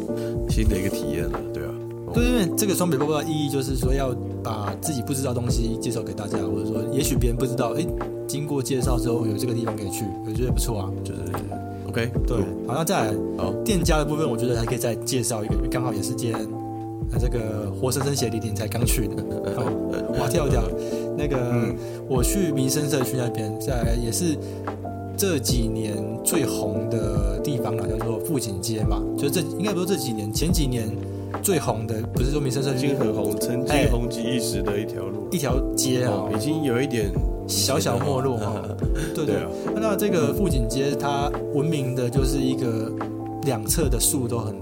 新的一个体验了，对啊，哦对，因为这个双北抱抱的意义就是说要把自己不知道的东西介绍给大家，或者说也许别人不知道，哎，经过介绍之后有这个地方可以去，我觉得不错啊。就是 OK，对，好，那再来好，店家的部分，我觉得还可以再介绍一个，因为刚好也是间呃这个活生生血淋淋才刚去的，哦哇跳跳，那个、我去民生社区那边，在也是这几年最红的地方了，叫做富锦街嘛，就这应该不是这几年，前几年最红的，不是说民生社已区经很红，曾哎经红极一时的一条路哦一条街啊、了，已经有一点小小没落嘛，对对对啊那这个富锦街它闻名的就是一个两侧的树都很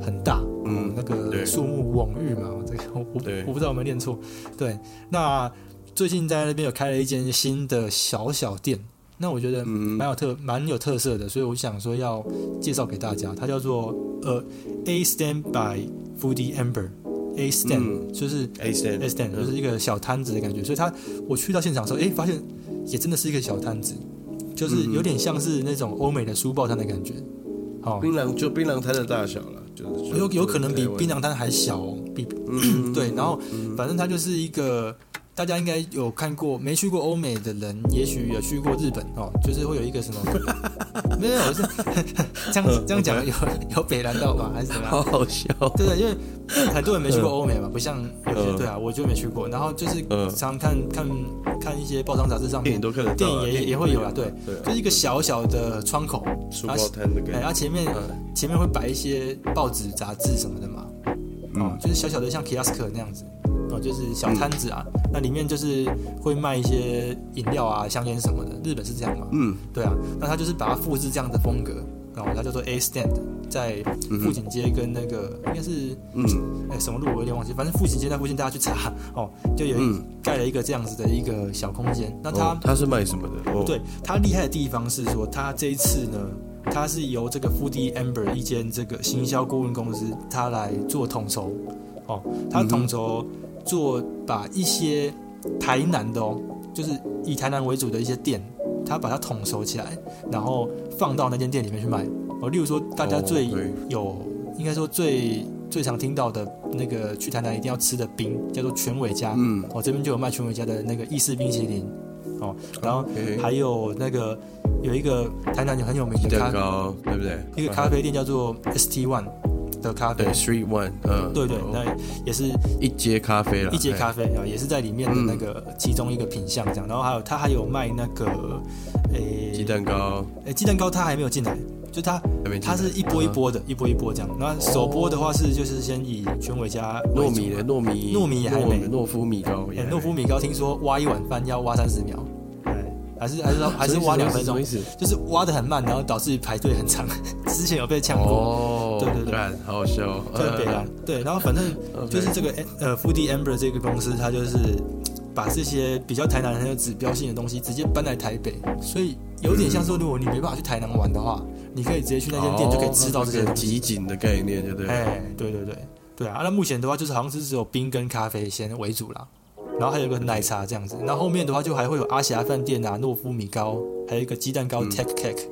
很大，嗯嗯，那个对树木蓊郁嘛，这个 我我对我不知道有没有念错。对，那最近在那边有开了一间新的小小店，那我觉得嗯蛮有特蛮有特色的，所以我想说要介绍给大家，它叫做呃 A Stand by Foodie Amber。A stand、嗯就是，A stand 嗯 S stand 就是一个小摊子的感觉，所以它我去到现场的时候，诶，发现也真的是一个小摊子，嗯就是有点像是那种欧美的书报摊的感觉，哦，槟榔就槟榔摊的大小了，就是有有可能比槟榔榔摊还小、哦，比嗯对，然后反正它就是一个大家应该有看过，没去过欧美的人，也许有去过日本哦，就是会有一个什么， 没有是 这样子这样讲有有北南道吧，还是怎么样？好好笑，对对，因为很多人没去过欧美嘛，不像有些嗯对啊，我就没去过。然后就是嗯常看看看一些报章杂志上电影面，都看得电到啊，影也也会有啊，对，对啊，就是一个小小的窗口，书包摊嗯的哎，感它前面前面会摆一些报纸、杂志什么的嘛，哦嗯，就是小小的像 kiosk 那样子，哦，就是小摊子啊，那里面就是会卖一些饮料啊、香烟什么的，日本是这样嘛，嗯，对啊，那它就是把它复制这样的风格，然后它叫做 A stand，在富锦街跟那个应该是嗯哎、什么路我有点忘记，反正复兴街那附近大家去查哦，就有一嗯，盖了一个这样子的一个小空间。那它、哦他是卖什么的？哦，对它厉害的地方是说，它这一次呢，它是由这个 Foodie Amber 一间这个行销顾问公司，它来做统筹哦，它统筹做把一些台南的哦，就是以台南为主的一些店，它把它统筹起来，然后放到那间店里面去卖。哦，例如说大家哦最对有，应该说最最常听到的那个去台南一定要吃的冰，叫做全伟家。嗯，我、哦、这边就有卖全伟家的那个意式冰淇淋，哦，然后 OK 还有那个有一个台南有很有名的蛋咖糕对不对？一个咖啡店叫做 ST One 的咖啡对，Street One，嗯，对对，哦那也是一阶咖啡嗯了，一节哎咖啡啊，也是在里面的那个其中一个品项这样，然后还有它还有卖那个诶鸡蛋糕诶鸡蛋糕，它还没有进来，就它还没进它来，嗯哦是一波一波的，一波一波这样。那首波的话是就是先以全伟家为糯主米的糯米糯米也还糯没糯夫米糕也哎还没，诺夫米糕听说挖一碗饭要挖三十秒，哎，还是还是还是挖两分什么钟意，思？就是挖的很慢，然后导致排队很长。之前有被呛过，哦，对对对干，好好笑哦，特别啊，对，然后反正 OK 就是这个呃 Foodie Amber 这个公司，它就是把这些比较台南很有指标性的东西直接搬来台北，所以有点像说，如果你没办法去台南玩的话，你可以直接去那间店就可以吃到这些哦东西。集锦的概念，对不对？哎，对对对对啊！那目前的话，就是好像是只有冰跟咖啡先为主啦，然后还有个奶茶这样子。然后后面的话，就还会有阿霞饭店啊、诺夫米糕，还有一个鸡蛋糕 Tech Cake，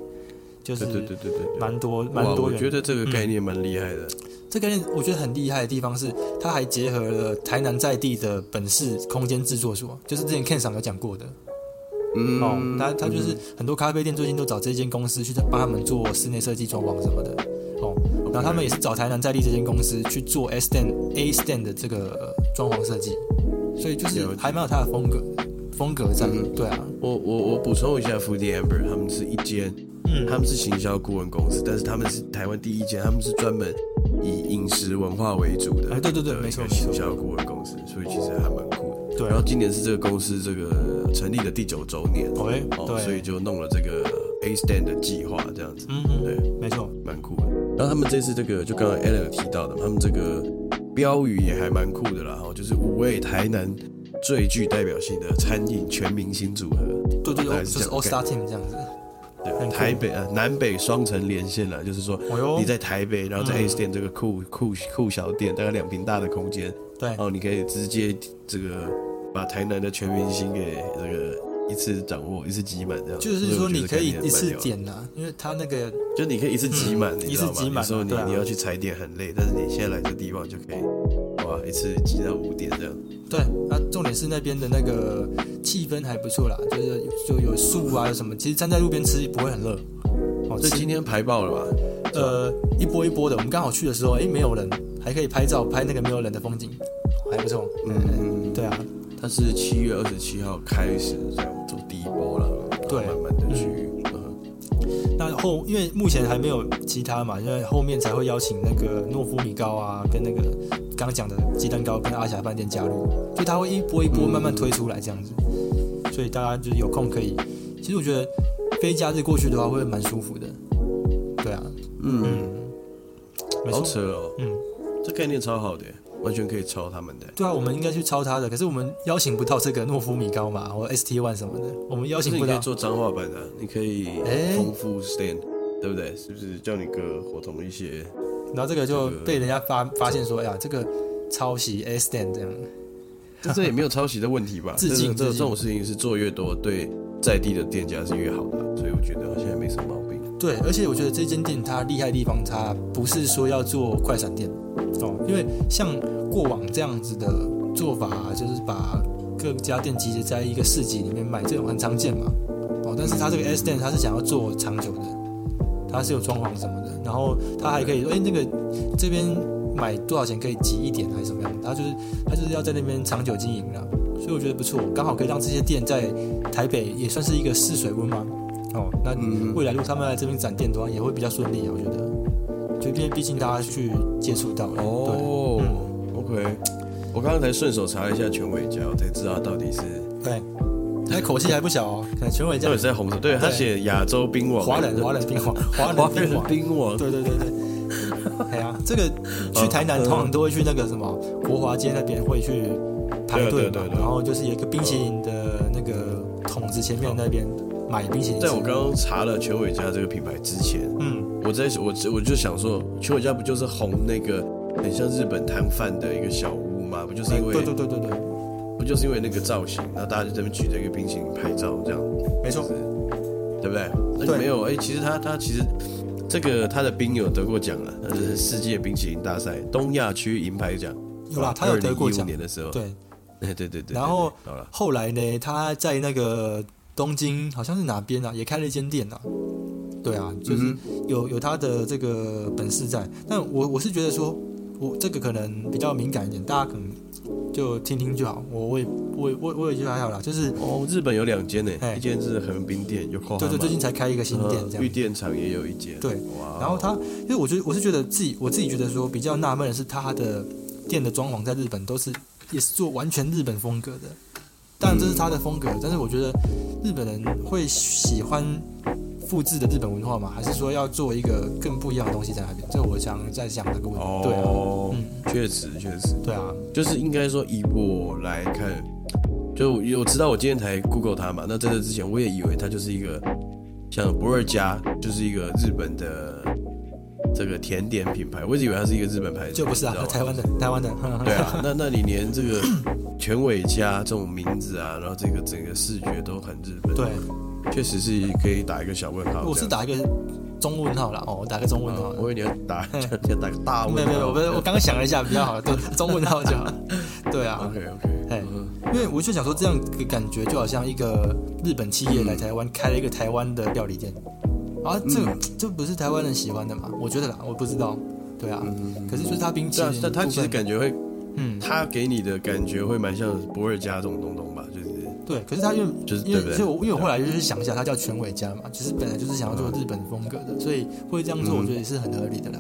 对对就是对对对对。蛮多哇蛮多我觉元。得这个概念蛮厉害的，这概念我觉得很厉害的地方是，它还结合了台南在地的本市空间制作所，就是之前 Ken 上有讲过的。嗯哦，他他就是很多咖啡店最近都找这间公司去帮他们做室内设计、装潢什么的。哦，然后他们也是找台南在地这间公司去做 S stand A stand 的这个呃装潢设计，所以就是了解还蛮有它的风格风格在。嗯对啊，我我我补充一下，Foodie Amber 他们是一间，嗯他们是行销顾问公司，但是他们是台湾第一间，他们是专门以饮食文化为主的，哎对对对的没错一个没行错销顾问公司，所以其实还蛮酷的。对然后今年是这个公司这个成立的第九周年，哦哎哦，对所以就弄了这个 A Stand 的计划这样子，嗯嗯，对，没错，蛮酷的。然后他们这次这个，就刚刚 Alan 有提到的，他们这个标语也还蛮酷的啦，哦，就是五位台南最具代表性的餐饮全明星组合。对大对对，概就是是这样 All Star Team 这样子。对，很酷台北啊，南北双城连线了，就是说哦嗯哟你在台北，然后在 S 店这个酷酷酷小店，大概两平大的空间，对然，后你可以直接这个把台南的全明星给这个一次掌握，一次集满这样。就是说所以我觉得你可以概念一次蛮屌的，点呐，因为它那个就你可以一次集满，你知道嗯一吗？有次集满时候你对啊你要去踩点很累，但是你现在来这地方就可以，哇，一次集到五点这样。对，啊，重点是那边的那个气氛还不错啦，就是就有树啊，有什么，其实站在路边吃不会很热。哦，所以吃今天排爆了吧？呃一波一波的，我们刚好去的时候，诶，没有人，还可以拍照拍那个没有人的风景，还不错。嗯，对啊，它是七月二十七号开始这样做第一波了，然后对慢慢的去。嗯啊那后因为目前还没有其他嘛，因为后面才会邀请那个诺夫米糕啊，跟那个刚讲的鸡蛋糕跟阿霞饭店加入，就它会一波一波慢慢推出来这样子，所以大家就是有空可以，其实我觉得非假日过去的话会蛮舒服的，对啊，嗯，嗯，没好错，扯哦，嗯，这概念超好的耶，完全可以抄他们的耶。对啊，我们应该去抄它的，可是我们邀请不到这个诺夫米糕嘛，或 ST One 什么的，我们邀但是请你不可以到，做脏话版的啊，你可以哎丰富 stand，对不对？是不是叫你哥伙同一些？然后这个就被人家发发现说，哎呀，这个抄袭 S Stand 这样。但这也没有抄袭的问题吧？ 致敬但是这致敬这种事情是做越多，对在地的店家是越好的啊，所以我觉得好像也没什么毛病。对，而且我觉得这间店它厉害的地方，它不是说要做快闪店哦，因为像过往这样子的做法，就是把各家店集结在一个市集里面卖，这种很常见嘛。哦，但是它这个 S 店它是想要做长久的，它是有装潢什么的，然后它还可以说，哎，那个这边买多少钱可以集一点还是怎么样？它就是它就是要在那边长久经营啦，所以我觉得不错，刚好可以让这些店在台北也算是一个试水温嘛。哦，那嗯未来如果他们来这边展店的话，也会比较顺利啊，我觉得。就因为毕竟大家去接触到了，哦，OK，我刚刚才顺手查了一下全伟家，我才知道到底是对，对，他口气还不小哦，可能全伟这到底样是，在红色，对他对写亚洲冰王，华人华人冰 王，华华人人冰王，冰王，对对对对，哎呀，这个去台南嗯通常都会去那个什么国华街那边会去排对队对对，嘛对然后就是有一个冰淇淋的那个桶子前面那边买冰淇淋吃，在我刚刚查了全伟家这个品牌之前，嗯我在我我就想说，全伟家不就是红那个很像日本摊贩的一个小屋吗？不就是因为对对对对对，不就是因为那个造型，然后大家就在那边举着一个冰淇淋拍照，这样没错，对不对？那对没有哎、其实他他其实这个他的冰有得过奖了，那是世界冰淇淋大赛东亚区银牌奖。有啦，他有得过2015奖，年的时候，对， 对对对对。然后对好了，后来呢，他在那个东京好像是哪边啊，也开了一间店啊。对啊，就是嗯有有他的这个本事在。但我我是觉得说，我这个可能比较敏感一点，大家可能就听听就好。我我也我也我也我也觉得还好啦，就是哦，日本有两间呢，哎一间是横滨店，有对对，最近才开一个新店这嗯玉样。电厂也有一间，对哇哦，然后他，因为我觉得我是觉得自己我自己觉得说比较纳闷的是，他的店的装潢在日本都是也是做完全日本风格的，当然这是他的风格，但是我觉得日本人会喜欢复制的日本文化吗？还是说要做一个更不一样的东西在那边？这我想在想这个问题。对啊，哦，确实确实，对啊，就是应该说以我来看，就我我知道我今天才 Google 它嘛，那在这之前我也以为它就是一个像不二家，就是一个日本的这个甜点品牌，我一直以为它是一个日本牌子，就不是啊你，知道吗台湾的台湾的， 呵呵对啊，那那 你连这个全伟家这种名字啊，然后这个整个视觉都很日本，对，啊确实是可以打一个小问号。我是这样啊嗯打一个中问号啦，哦，我打个中问号。我以为你要 打，要打个大问没号。有没有，我不是我刚刚想了一下比较好， 对，中问号就好。对啊， OK OK，哎，因为我就想说，这样的感觉就好像一个日本企业来台湾开了一个台湾的料理店，啊，嗯这个这不是台湾人喜欢的嘛？我觉得啦，我不知道，对啊。嗯可是就是它冰淇但淋，啊但他其实，感觉会，嗯，他给你的感觉会蛮像博尔加这种东东吧，就是对，可是它因为就是因对不为对所以我因为我后来就是想一下，它叫全伟家嘛，其实本来就是想要做日本风格的，所以会这样做，嗯我觉得也是很合理的啦，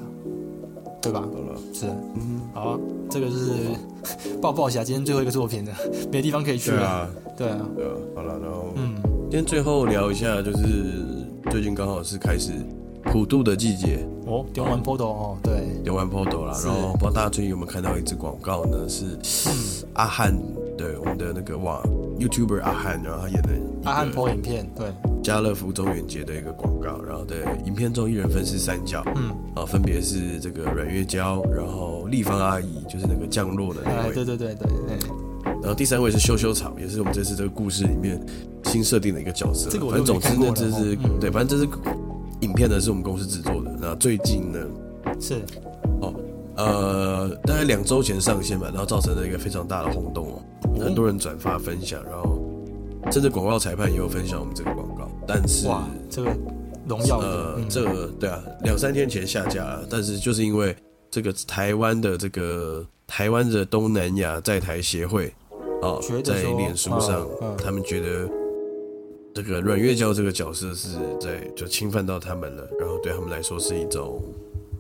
对吧？好了，是，嗯，好啊，这个就是 抱抱侠今天最后一个作品了，没地方可以去对了，啊，对啊，对啊，好了，然后嗯，今天最后聊一下，就是最近刚好是开始普渡的季节，哦，丢完 p o d o 哦，对，有玩 Podo 啦，是然后不知道大家最近有没有看到一支广告呢？是嗯阿汉，对我们的那个哇 YouTuber 阿汉，然后他演的一个阿汉 p 影片，对，家乐福中元节的一个广告，然后对影片中一人分饰三角，嗯，啊，分别是这个阮月娇，然后立方阿姨，就是那个降落的那哎，位对，对对对，哎，然后第三位是修修草，也是我们这次这个故事里面新设定的一个角色。这个我反都正总之没呢，看过这了是、嗯对，反正这是影片呢是我们公司制作的。那最近呢，是，哦，呃，大概两周前上线吧，然后造成了一个非常大的轰动哦，很多人转发分享，然后甚至广告裁判也有分享我们这个广告，但是哇，这个荣耀的呃，，嗯这个对啊，两三天前下架了，但是就是因为这个台湾的这个台湾的东南亚在台协会啊、觉得说在脸书上，嗯嗯他们觉得这个阮月娇这个角色是在就侵犯到他们了，然后对他们来说是一种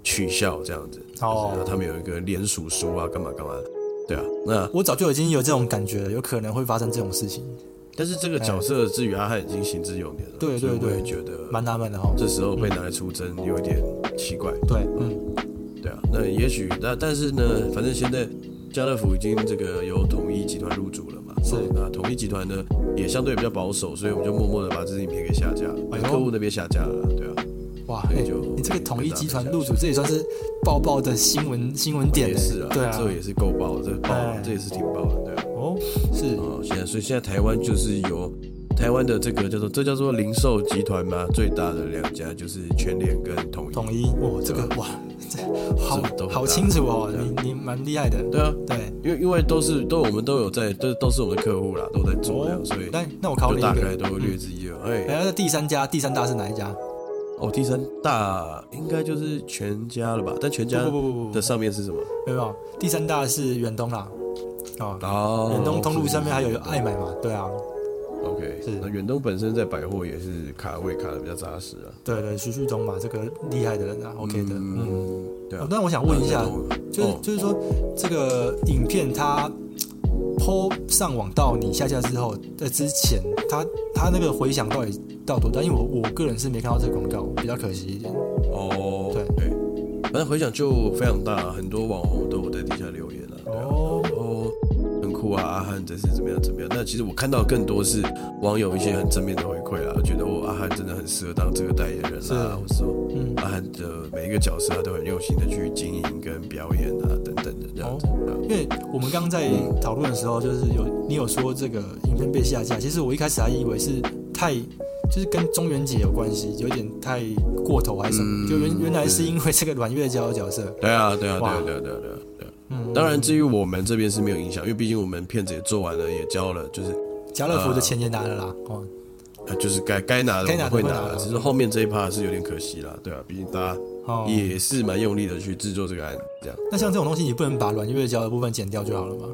取笑这样子。就是哦然后他们有一个联署书啊，干嘛干嘛的，对啊，那我早就已经有这种感觉了，有可能会发生这种事情，但是这个角色至于阿啊汉已经行之有年了，哎对所以对我也对觉得蛮纳闷的哈，这时候被拿来出征有一点奇怪。对，嗯，对啊，那也许那但是呢，反正现在家乐福已经这个由统一集团入主了嘛，哦是那统一集团呢也相对比较保守，所以我们就默默的把这支影片给下架了，把哎呦客户那边下架了，对啊，哇，所哎以就，你这个统一集团哦跟大家入主，这也算是爆爆的新闻新闻点也呢，是啊，对啊，这也是够爆的，这爆了哎这也是挺爆的，对啊，哦，是哦，现在所以现在台湾就是由台湾的这个叫做这叫做零售集团嘛，最大的两家就是全联跟统一，统一，哇，这个哇，这哦这都好很大好清楚哦，你你蛮厉害的，对啊，对，因为因为都是都我们都有在都都是我们的客户啦，都在做这样，所以来，哦那我考就你一大个概，都略知一二。哎、哎，那第三家第三大是哪一家？哦，第三大应该就是全家了吧？但全家不不不不不的上面是什么？没有没有，第三大是远东啦，哦，哦，远东通路上面还是有爱买嘛，对啊，是 OK，是那远东本身在百货也是卡位卡的比较扎实啊。对对，徐旭东嘛，这个厉害的人啊，OK 的，嗯。嗯，对哦啊。那我想问一下那，我就是、哦就是说，这个影片它抛上网到你下架之后的之前，它它那个回响到底到多大？因为我我个人是没看到这个广告，比较可惜一点。哦，对，反正回想就非常大，很多网红都有在底下留言了、啊。对啊哦，哦，很酷啊，阿汉真是怎么样怎么样。那其实我看到更多是网友一些很正面的回馈啦，觉得哦，阿汉真的很适合当这个代言人啊是啦，或者说嗯，阿汉的呃每一个角色他都很用心的去经营跟表演啊等等的这样子。啊因为我们刚刚在讨论的时候，就是有你有说这个影片被下架，其实我一开始还以为是太。就是跟中元节有关系，有点太过头还是什么？嗯就原原来是是因为这个阮月娇的角色，对啊，对啊，对哇啊，对啊，对啊，对啊。对啊嗯，当然，至于我们这边是没有影响，因为毕竟我们片子也做完了，也交了，就是家乐福的钱也拿了啦，哦，呃就是该该拿的我该拿们的会拿会拿了，的只是后面这一趴是有点可惜啦，对啊，毕竟大家哦，也是蛮用力的去制作这个案子，这样。那像这种东西，你不能把软月胶的部分剪掉就好了吗？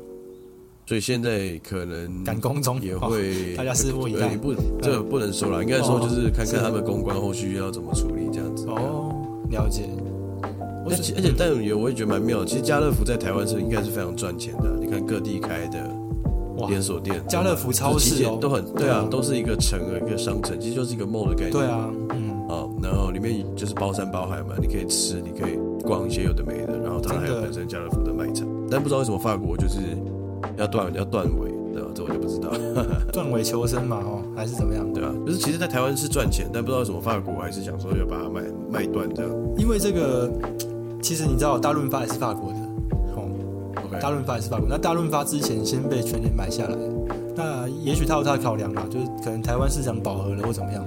所以现在可能赶工中也会、哦 大家拭目以待呃不，这个不能说了，应该说就是看看他们公关后续要怎么处理这样子。哦，了解。而且而且，但也我也觉得蛮妙。其实家乐福在台湾是应该是非常赚钱的，啊你看各地开的哇，连锁店，家乐福超就是旗市舰哦，都很对啊嗯，都是一个城一个商城，其实就是一个 mall 的概念。对啊，嗯，哦，然后里面就是包山包海嘛，你可以吃，你可以逛一些有的没的，然后它还真有的本身家乐福的卖场，但不知道为什么法国就是要断要断尾，对啊吧、这我就不知道。断尾求生嘛，哦，还是怎么样？对啊，就是其实，在台湾是赚钱，但不知道为什么法国还是想说要把它卖卖断这样。因为这个，其实你知道，大润发也是法国的，哦， OK，大润发也是法国。那大润发之前先被全联买下来，那也许他有他的考量吧，就是可能台湾市场饱和了或怎么样。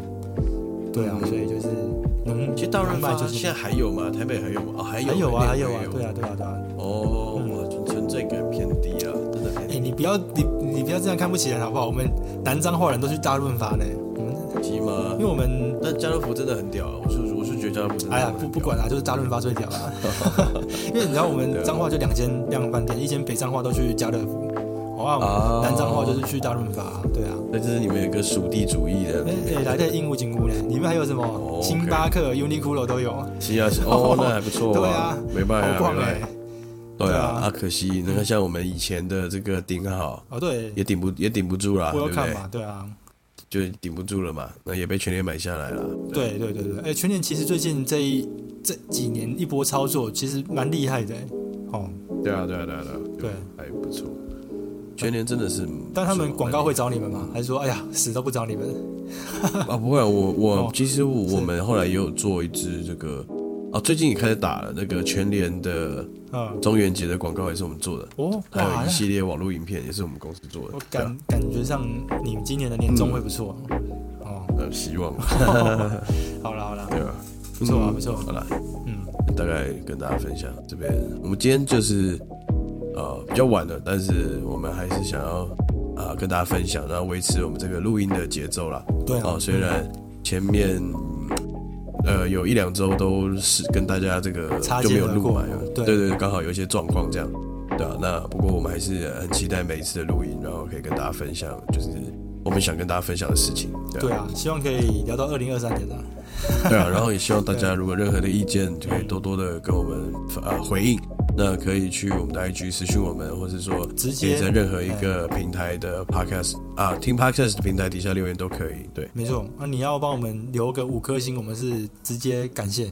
对啊，嗯所以就是能其实大润能卖发就是现在还有吗？台北还有吗？哦，还有，还有啊，还内湖有啊，对啊，对啊，对啊。哦，哇，存在感偏低啊，真的偏哎、低。你不要你你不要这样看不起人好不好？我们南彰化人都去大润发呢，我们低吗因为？我们但家乐福真的很屌啊！我是我是觉得家乐福真的哎很屌，呀不不管啦，就是大润发最屌 啦。因为你知道我们彰化就两间量贩店，一间北彰化都去家乐福，哦啊，我啊们南彰化就是去大润发，对啊。那就是你们有一个属地主义的哎、哎，来点鹦鹉金菇呢，里面还有什哦么，OK 星巴克、Uniqlo 都有，是啊，是 哦，那还不错对啊，没办好法，逛没哎、办法，对对啊啊，啊，可惜那个像我们以前的这个顶好哦对，也顶不也顶不住啦，我对有不看对？嘛，对啊，就顶不住了嘛，那也被全联买下来了。对对对对，哎、全年其实最近这一这几年一波操作，其实蛮厉害的、哎哦。对啊，对啊，对啊，对啊，还不错。全联真的是不错，但他们广告会找你们吗？还是说，哎呀，死都不找你们？ 啊，不会啊，我我哦其实我是我们后来也有做一支这个啊，最近也开始打了那个全联的嗯，中元节的广告，也是我们做的，哦，还有哇一，那系列网络影片也是我们公司做的我。对啊感感觉上你们今年的年终会不错 哦。呃，希望吧，哦，好了好了，对吧？不错啊嗯不错好啦，嗯，大概跟大家分享这边，我们今天就是呃比较晚了，但是我们还是想要啊、跟大家分享，然后维持我们这个录音的节奏啦。对啊哦，虽然前面呃有一两周都是跟大家这个擦就肩没有而录过嘛，对对对，刚好有一些状况这样，对啊，那不过我们还是很期待每一次的录音，然后可以跟大家分享，就是我们想跟大家分享的事情，对啊对啊，希望可以聊到二零二三年的。对啊，然后也希望大家如果任何的意见，就可以多多的跟我们呃回应。那可以去我们的 IG 私讯我们，或者说直接哎也在任何一个平台的 Podcast 啊，听 Podcast 的平台底下留言都可以。对，没错，那你要帮我们留个五颗星，我们是直接感谢。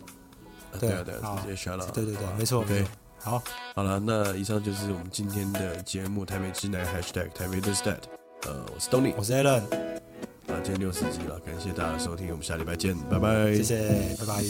对啊，对好啊，直接 s h 对对对，没错。 OK 没错好，好了，那以上就是我们今天的节目《台北之南》Hashtag 台北的 Stat。呃，我是 Tony，我是 Allen，啊，今天六十集了，感谢大家的收听，我们下礼拜见，拜拜，谢谢，拜拜。